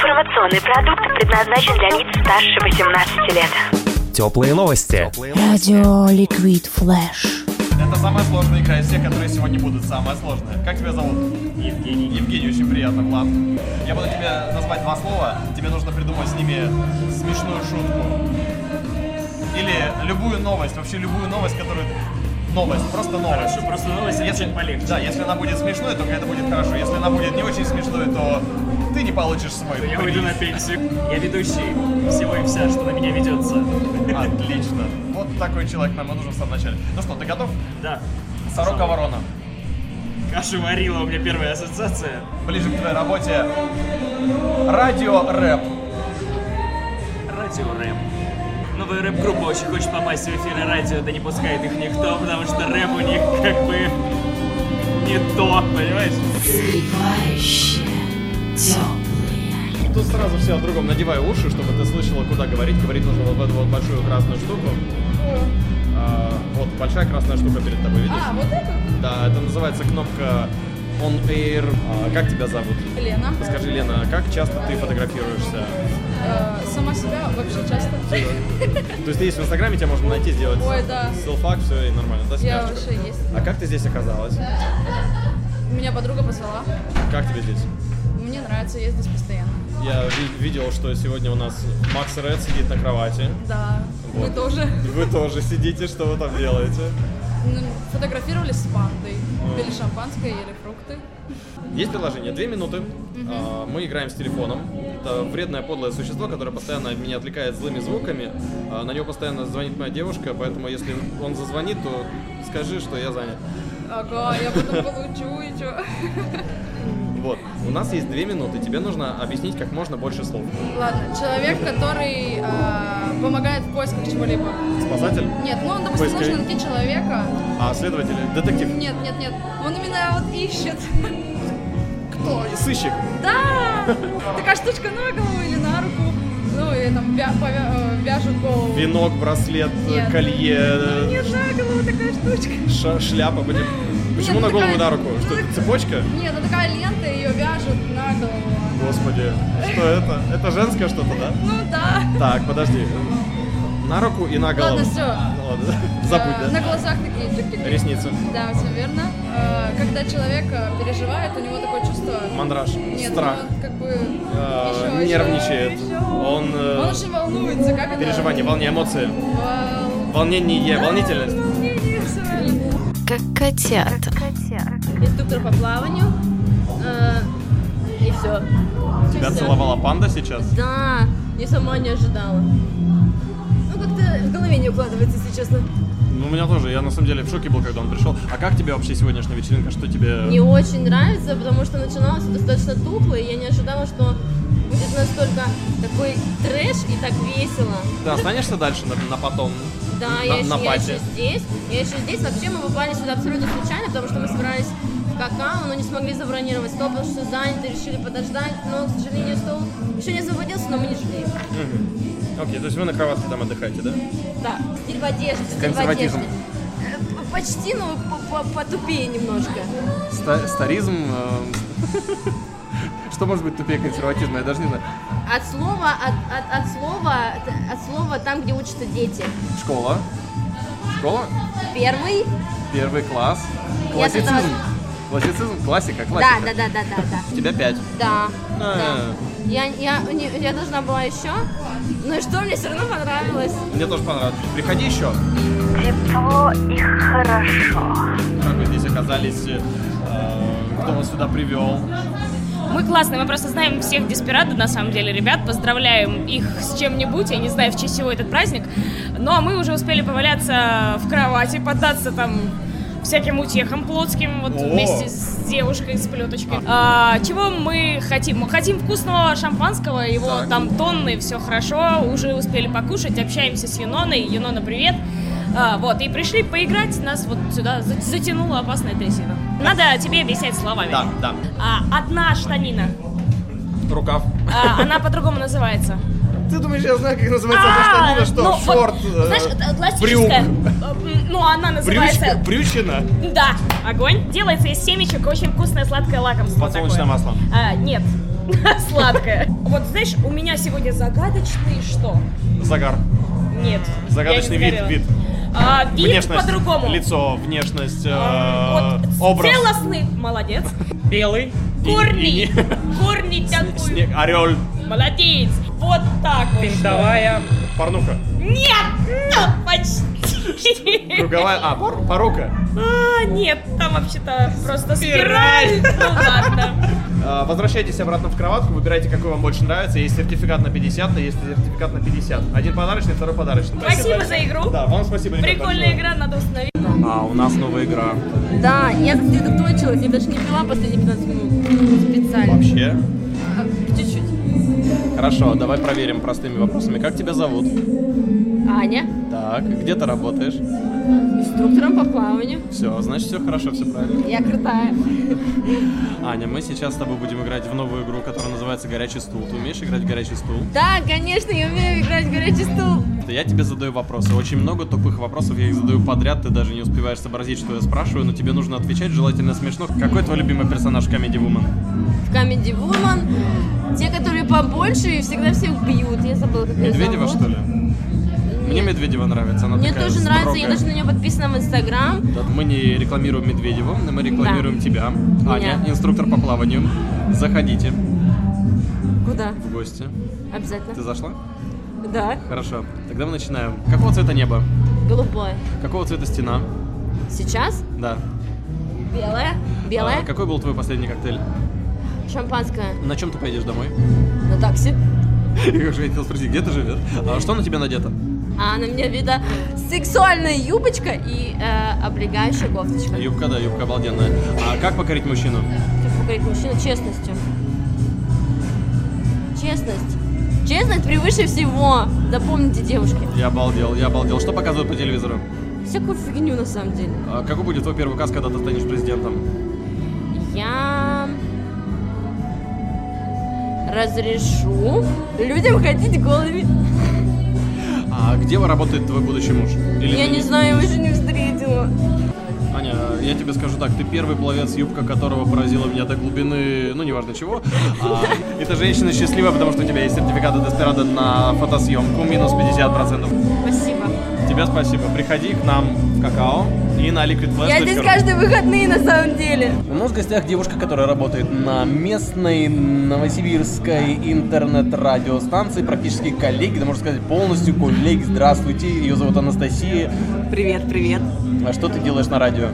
Информационный продукт предназначен для лиц старше 18 лет. Теплые новости. Радио Ликвид Флэш. Это самая сложная игра из всех, которые сегодня будут. Самая сложная. Как тебя зовут? Евгений. Евгений, очень приятно, Влад. Я буду тебе назвать два слова. Тебе нужно придумать с ними смешную шутку. Или любую новость, вообще любую новость, которую... ты- Новость, просто новость. Хорошо, просто новость Если, очень полегче. да, если она будет смешной, то это будет хорошо. Если она будет не очень смешной, то ты не получишь свой Я приз. уйду на пенсию. Я ведущий всего и вся, что на меня ведется. А. Отлично. Вот такой человек нам и нужен в самом начале. Ну что, ты готов? Да. Сорока ворона. Каша варила у меня первая ассоциация. Ближе к твоей работе. Радио рэп. Радио рэп. Новая рэп-группа очень хочет попасть в эфиры радио, да не пускает их никто, потому что рэп у них как бы не то, понимаешь? Согревающее, теплое, Тут сразу все о другом. Надевай уши, чтобы ты слышала, куда говорить. Говорить нужно вот в эту вот большую красную штуку. А, вот большая красная штука перед тобой, видишь? А, вот это? Да, это называется кнопка On Air. А, как тебя зовут? Лена. Скажи, Лена, как часто ты фотографируешься? Э, сама себя вообще часто. То есть ты есть в Инстаграме, тебя можно найти, сделать Ой, да. селфак, все, и нормально, да, Я снимашечка? вообще есть. А как ты здесь оказалась? Меня подруга позвала. Как тебе здесь? Мне нравится, я здесь постоянно. Я ви- видел, что сегодня у нас Макс Ред сидит на кровати. Да, Вот. мы тоже. Вы тоже сидите, что вы там делаете? Ну, Фотографировались с пандой. Пили шампанское, ели фрукты. Есть приложение, две минуты. А, Мы играем с телефоном. Это вредное подлое существо, которое постоянно меня отвлекает злыми звуками. А, На него постоянно звонит моя девушка, поэтому если он зазвонит, то скажи, что я занят. Ага, я потом получу и чё. Вот. У нас есть две минуты. Тебе нужно объяснить как можно больше слов. Ладно, человек, который э, помогает в поисках чего-либо. Спасатель? Нет, ну, допустим, Поисковик. нужно найти человека. А следователь? Детектив? Нет, нет, нет, он именно вот ищет. Кто? Сыщик? Да! Такая штучка на голову или на руку. Ну, и там вя- повя- э, вяжут голову. Венок, браслет, Нет. колье, э, Нет, на голову такая штучка. ша- шляпа. блин. Почему на ну голову и на такая- руку? ну Что, так- цепочка? Нет, ну такая лента, ее вяжут на голову. Господи, что это? Это женское что-то, да? Ну да. Так, подожди. На руку и на голову. Ладно, всё. Ладно, забудь, Э, да? На глазах такие чик-чик-чик. Ресницы. Да, все верно. Э, Когда человек э, переживает, у него такое чувство... Мандраж. Нет, Страх. ну, он как бы... Э, ещё, ещё, нервничает. ещё. Он, э, Он очень волнуется, как это... Переживание, волне, эмоции. Вол- Волнение, волнительность. Волнение, всё верно. как котята. инструктор по плаванию. Э, И все. Тебя целовала панда сейчас? Да, я сама не ожидала. Ну, как-то в голове не укладывается, если честно. Ну, у меня тоже. Я на самом деле в шоке был, когда он пришел. А как тебе вообще сегодняшняя вечеринка? Что тебе... Не очень нравится, потому что начиналось всё достаточно тухло, и я не ожидала, что будет настолько такой трэш и так весело. Ты останешься дальше на, на потом? Да, На- я, еще, на я пати. еще здесь. Я еще здесь. Вообще мы попали сюда абсолютно случайно, потому что мы собирались в какао, но не смогли забронировать стол, потому что заняты, решили подождать. Но, к сожалению, стол еще не заводился, но мы не жалеем. Окей, то есть вы на кроватке там отдыхаете, да? Да, стиль в одежде, стиль в Консерватизм. одежде. Э, Почти, но по- по- потупее немножко. старизм... э, Что может быть тупее консерватизма? Я даже не знаю. От слова, от, от, от слова, от, от слова там, где учатся дети. Школа. Школа? Первый. Первый класс. Я с этого- Классицизм. Классицизм, классика, Да, классика. да, да, да, да, да. У тебя пять. Да. А. да. Я, я, не- я должна была еще. Ну и что, мне все равно понравилось. Мне тоже понравилось. Приходи еще. Тепло и хорошо. Как вы здесь оказались? э, Кто вас сюда привел? Мы классные, мы просто знаем всех Деспирадо, на самом деле, ребят. Поздравляем их с чем-нибудь, я не знаю, в честь чего этот праздник. Ну, а мы уже успели поваляться в кровати, поддаться там всяким утехам плотским, вот О! вместе с девушкой, с плеточкой. А, чего мы хотим? Мы хотим вкусного шампанского, его Так. там тонны, все хорошо, уже успели покушать, общаемся с Юноной. Юнона, привет! А, вот, и пришли поиграть, нас вот сюда за- затянула опасная трясина. Надо тебе объяснять словами. Да, да. А, одна штанина. Рукав. А, она по-другому называется. Ты думаешь, я знаю, как называется А, эта штанина? ну, Что? вот, Шорт. э, Знаешь, это классическая. брюк. э, м, Ну, она Брючка, называется... брючина. Да, огонь. Делается из семечек, очень вкусное сладкое лакомство Подсолнечное такое. масло. А, нет, Сладкое. Вот знаешь, у меня сегодня загадочный что? Загар. Нет. Загадочный я не вид, загорела. вид. А, вид Внешность, по-другому. лицо, внешность, э, А, вот образ. Целостный. Молодец. Белый. Корни. и- Корни такой. Снег, орел, Молодец. Вот так вот. Винтовая. порнуха. Нет, ну почти. Круговая, а, пор- порука. А, нет, там вообще-то просто спираль. Ну ладно. Э, Возвращайтесь обратно в кроватку, выбирайте, какой вам больше нравится. Есть сертификат на 50, есть сертификат на 50. Один подарочный, второй подарочный. Спасибо за игру. Да, вам спасибо, ребят, Прикольная большое. игра, надо установить. А, у нас новая игра. Да, я сосредоточилась, я даже не пила последние 15 минут. Ну, Специально. Вообще. А, Чуть-чуть. Хорошо, давай проверим простыми вопросами. Как тебя зовут? Аня, Так, где ты работаешь? инструктором по плаванию. Все, значит, все хорошо, все правильно. Я крутая. Аня, мы сейчас с тобой будем играть в новую игру, которая называется «Горячий стул». Ты умеешь играть в «Горячий стул»? Да, конечно, я умею играть в горячий стул. Да Я тебе задаю вопросы. Очень много тупых вопросов, я их задаю подряд, ты даже не успеваешь сообразить, что я спрашиваю, но тебе нужно отвечать, желательно смешно. Какой твой любимый персонаж в Comedy Woman? В Comedy Woman те, которые побольше и всегда всех бьют. Я забыла, как её Медведева, зовут. что ли? Мне Медведева нравится, она Мне такая тоже нравится, я строгая. даже на нее подписана в Инстаграм. Да, Мы не рекламируем Медведеву, но мы рекламируем тебя. Аня, инструктор по плаванию. Заходите Куда? в гости. Ты Обязательно. зашла? Да. Хорошо. Тогда мы начинаем. Какого цвета небо? Голубое. Какого цвета стена? Сейчас Да. белое. А, Белое. какой был твой последний коктейль? Шампанское. На чем ты поедешь домой? На такси. Я уже хотел спросить, где ты живешь? А что на тебя надето? А на меня вида сексуальная юбочка и э, облегающая кофточка. Юбка, да, юбка обалденная. А как покорить мужчину? Как говорит мужчина, честностью. Честность. Честность превыше всего. Запомните, девушки. Я обалдел, я обалдел. Что показывают по телевизору? Всякую фигню на самом деле. А какой будет твой первый указ, когда ты станешь президентом? Я разрешу людям ходить голыми. А где работает твой будущий муж? Или Я ты не знаю, я его еще не встретила. Аня, я тебе скажу так, ты первый пловец, юбка которого поразила меня до глубины, ну, неважно чего. А, эта женщина счастлива, потому что у тебя есть сертификат Деспирада на фотосъемку, минус 50%. Спасибо. Тебе спасибо. Приходи к нам в какао и на Liquid Flash. Я здесь каждые выходные на самом деле. У нас в гостях девушка, которая работает на местной новосибирской интернет-радиостанции, практически коллеги, да можно сказать, полностью коллеги. Здравствуйте, ее зовут Анастасия. Привет, привет. А что ты делаешь на радио?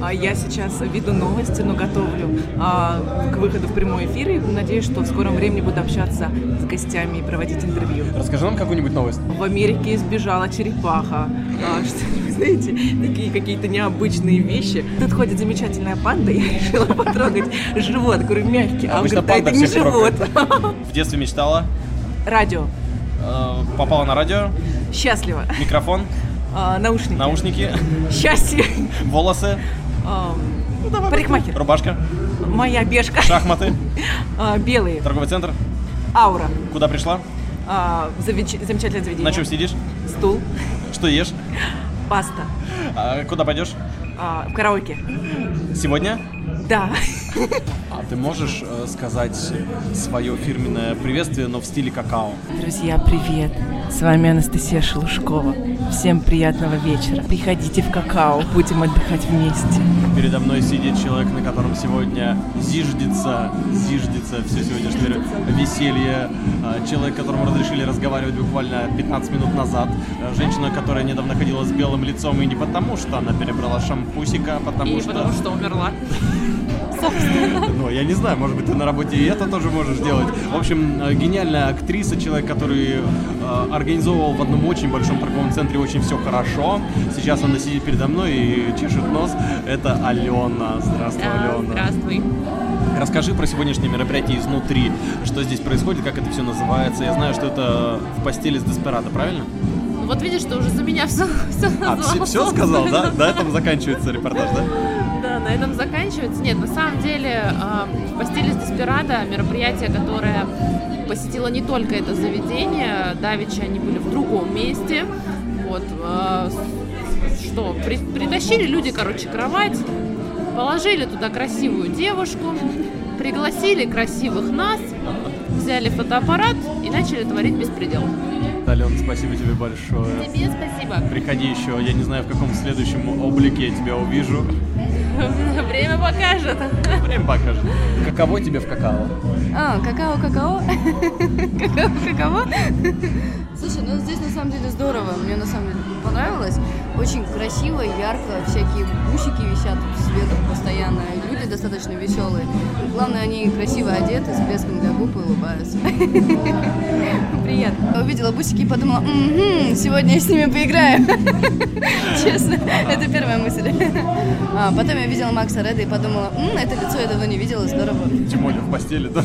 А Я сейчас веду новости, но готовлю а, к выходу в прямой эфир и надеюсь, что в скором времени буду общаться с гостями и проводить интервью. Расскажи нам какую-нибудь новость. В Америке избежала черепаха. А, что, вы знаете, такие какие-то необычные вещи. Тут ходит замечательная панда, я решила потрогать живот. Говорю, мягкий. А он Обычно говорит, да это панда не всех живот. В детстве мечтала, Радио. э, попала на радио, Счастливо. микрофон, А, Наушники. наушники, Счастье. волосы, А, Ну, Парикмахер. рубашка, Моя бешка. шахматы, А, Белые. торговый центр. Аура. Куда пришла? А, завеч- замечательное заведение. На чем сидишь? Стул, Что ешь? паста, А, куда пойдешь? а, в караоке. Сегодня? Да. А ты можешь э, сказать свое фирменное приветствие, но в стиле какао? Друзья, привет. С вами Анастасия Шелушкова. Всем приятного вечера. Приходите в какао, будем отдыхать вместе. Передо мной сидит человек, на котором сегодня зиждется, зиждется все сегодняшнее веселье. Э, Человек, которому разрешили разговаривать буквально 15 минут назад. Э, Женщина, которая недавно ходила с белым лицом, и не потому, что она перебрала шампусика, а потому что... что умерла. Ну, я не знаю, может быть, ты на работе и это тоже можешь делать. В общем, э, гениальная актриса, человек, который э, организовывал в одном очень большом торговом центре очень все хорошо. Сейчас она сидит передо мной и чешет нос. Это Алена. Здравствуй, Алена. Здравствуй. Расскажи про сегодняшнее мероприятие изнутри. Что здесь происходит, как это все называется. Я знаю, что это в постели с Деспирадо, правильно? Ну Вот видишь, что уже за меня все, все Ну, А, все, сказал, да? На этом заканчивается репортаж, да? Да, на этом заканчивается. Нет, на самом деле э, в постели с Деспирадо мероприятие, которое посетило не только это заведение, Давича они были в другом месте. Вот, э, с- что, при- притащили люди, короче, кровать, положили туда красивую девушку, Пригласили красивых нас, взяли фотоаппарат и начали творить беспредел. Ален, спасибо тебе большое. Тебе спасибо. Приходи еще, я не знаю, в каком следующем облике я тебя увижу. Время покажет. Время покажет. Каково тебе в какао? А, какао-какао. Какао-какао. Слушай, ну здесь на самом деле здорово, мне на самом деле понравилось. Очень красиво, ярко, всякие бусики висят с ветром постоянно. Люди достаточно веселые. Главное, они красиво одеты, с блеском для губ и улыбаются. Приятно. Я увидела бусики и подумала, «Мгм, сегодня я с ними поиграю. Честно, это первая мысль. А потом я видела Макса Реда и подумала, «М, это лицо я давно не видела, здорово. Тем более в постели, да?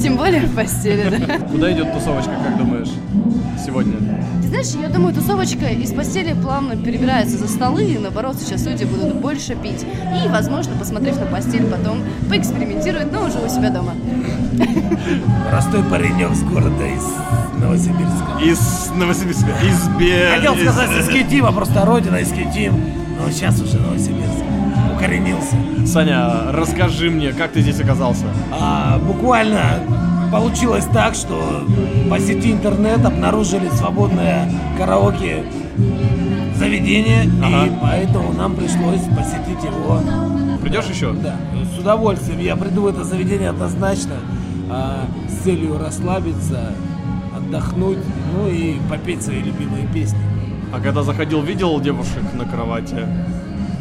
Тем более в постели, да. Куда идет тусовочка, как думаешь, сегодня? Ты знаешь, я думаю, тусовочка из постели плавно перебирается за столы, и наоборот, сейчас люди будут больше пить. И, возможно, посмотрев на постель, потом поэкспериментируют, но уже у себя дома. Простой паренек с города из Новосибирска. Из Новосибирска. Из Бе... Хотел из- сказать из Китима, просто родина из Китим. Но сейчас уже Новосибирск. Укоренился. Саня, расскажи мне, как ты здесь оказался? А, буквально получилось так, что по сети интернет обнаружили свободное караоке заведение, и Ага. поэтому нам пришлось посетить его. Придешь еще? Да, с удовольствием я приду в это заведение однозначно а, с целью расслабиться, отдохнуть, ну и попеть свои любимые песни. А когда заходил, видел девушек на кровати?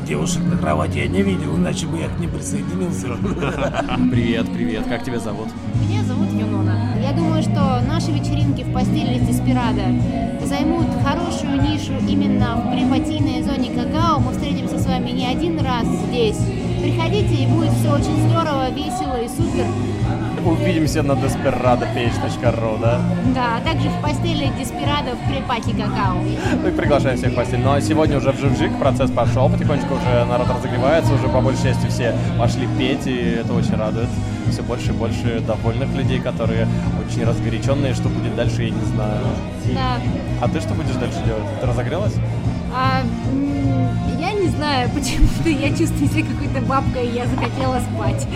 Девушек на кровати я не видел, иначе бы я к ним присоединился. Привет, привет, как тебя зовут? Меня зовут Юнона. Я думаю, что наши вечеринки в постели с Деспирадо займут хорошую нишу именно в припатийной зоне какао. Мы встретимся с вами не один раз здесь. Приходите, и будет все очень здорово, весело и супер. Увидимся на desperadoph.ru, да? Да, а также в постели Деспирадо в припате какао. Ну и приглашаем всех в постель. Ну а сегодня уже в Жик-Жик процесс пошел, потихонечку уже народ разогревается, уже по большей части все пошли петь, и это очень радует. Все больше и больше довольных людей, которые очень разгоряченные, что будет дальше, я не знаю. Да. А ты что будешь дальше делать? Ты разогрелась? А, м, я не знаю, почему-то я чувствую себя какой-то бабкой, и я захотела спать.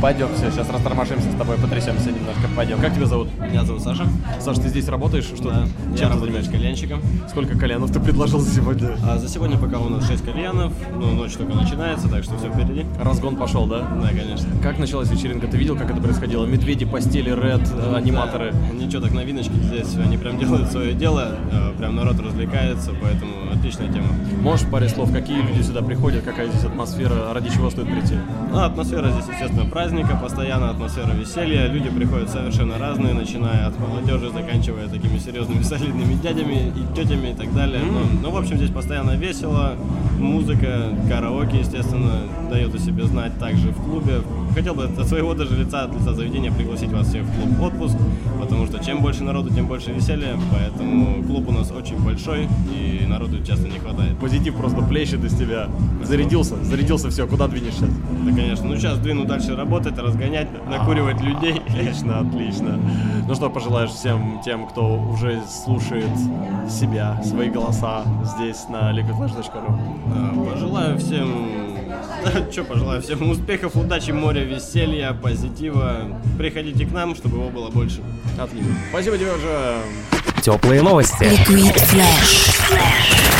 Пойдем, все, сейчас растормошимся с тобой, потрясемся немножко, пойдем. Как тебя зовут? Меня зовут Саша. Саша, ты здесь работаешь? Что Чем ты занимаешься? кальянщиком. Сколько кальянов ты предложил сегодня? за сегодня пока у нас 6 кальянов, ну, ночь только начинается, так что все впереди. Разгон пошел, да? Да, конечно. Как началась вечеринка? Ты видел, как это происходило? Медведи, постели, ред, э, аниматоры. Ничего так, новиночки здесь, они прям делают свое дело, Э, прям народ развлекается, поэтому отличная тема. Можешь паре слов, какие люди сюда приходят, какая здесь атмосфера, ради чего стоит прийти? Ну, атмосфера здесь, естественно, праздника, постоянно атмосфера веселья. Люди приходят совершенно разные, начиная от молодежи, заканчивая такими серьезными, солидными дядями и тетями и так далее. Ну, ну, в общем, здесь постоянно весело. Музыка, караоке, естественно, дает о себе знать также в клубе. Хотел бы от своего даже лица, от лица заведения пригласить вас всех в клуб отпуск, потому что чем больше народу, тем больше веселья, поэтому клуб у нас очень большой и народу часто не хватает. Позитив просто плещет из тебя. Зарядился, зарядился, все, куда двинешь сейчас? Да, конечно. Ну, сейчас двину дальше работать, разгонять, накуривать людей. А. Отлично, отлично. Ну что пожелаешь всем тем, кто уже слушает себя, свои голоса здесь на liquidflash.ru? А, Пожелаю всем... Да, что пожелаю всем? Успехов, удачи, моря, веселья, позитива. Приходите к нам, чтобы его было больше. Отлично. Спасибо тебе уже. Liquid Flash.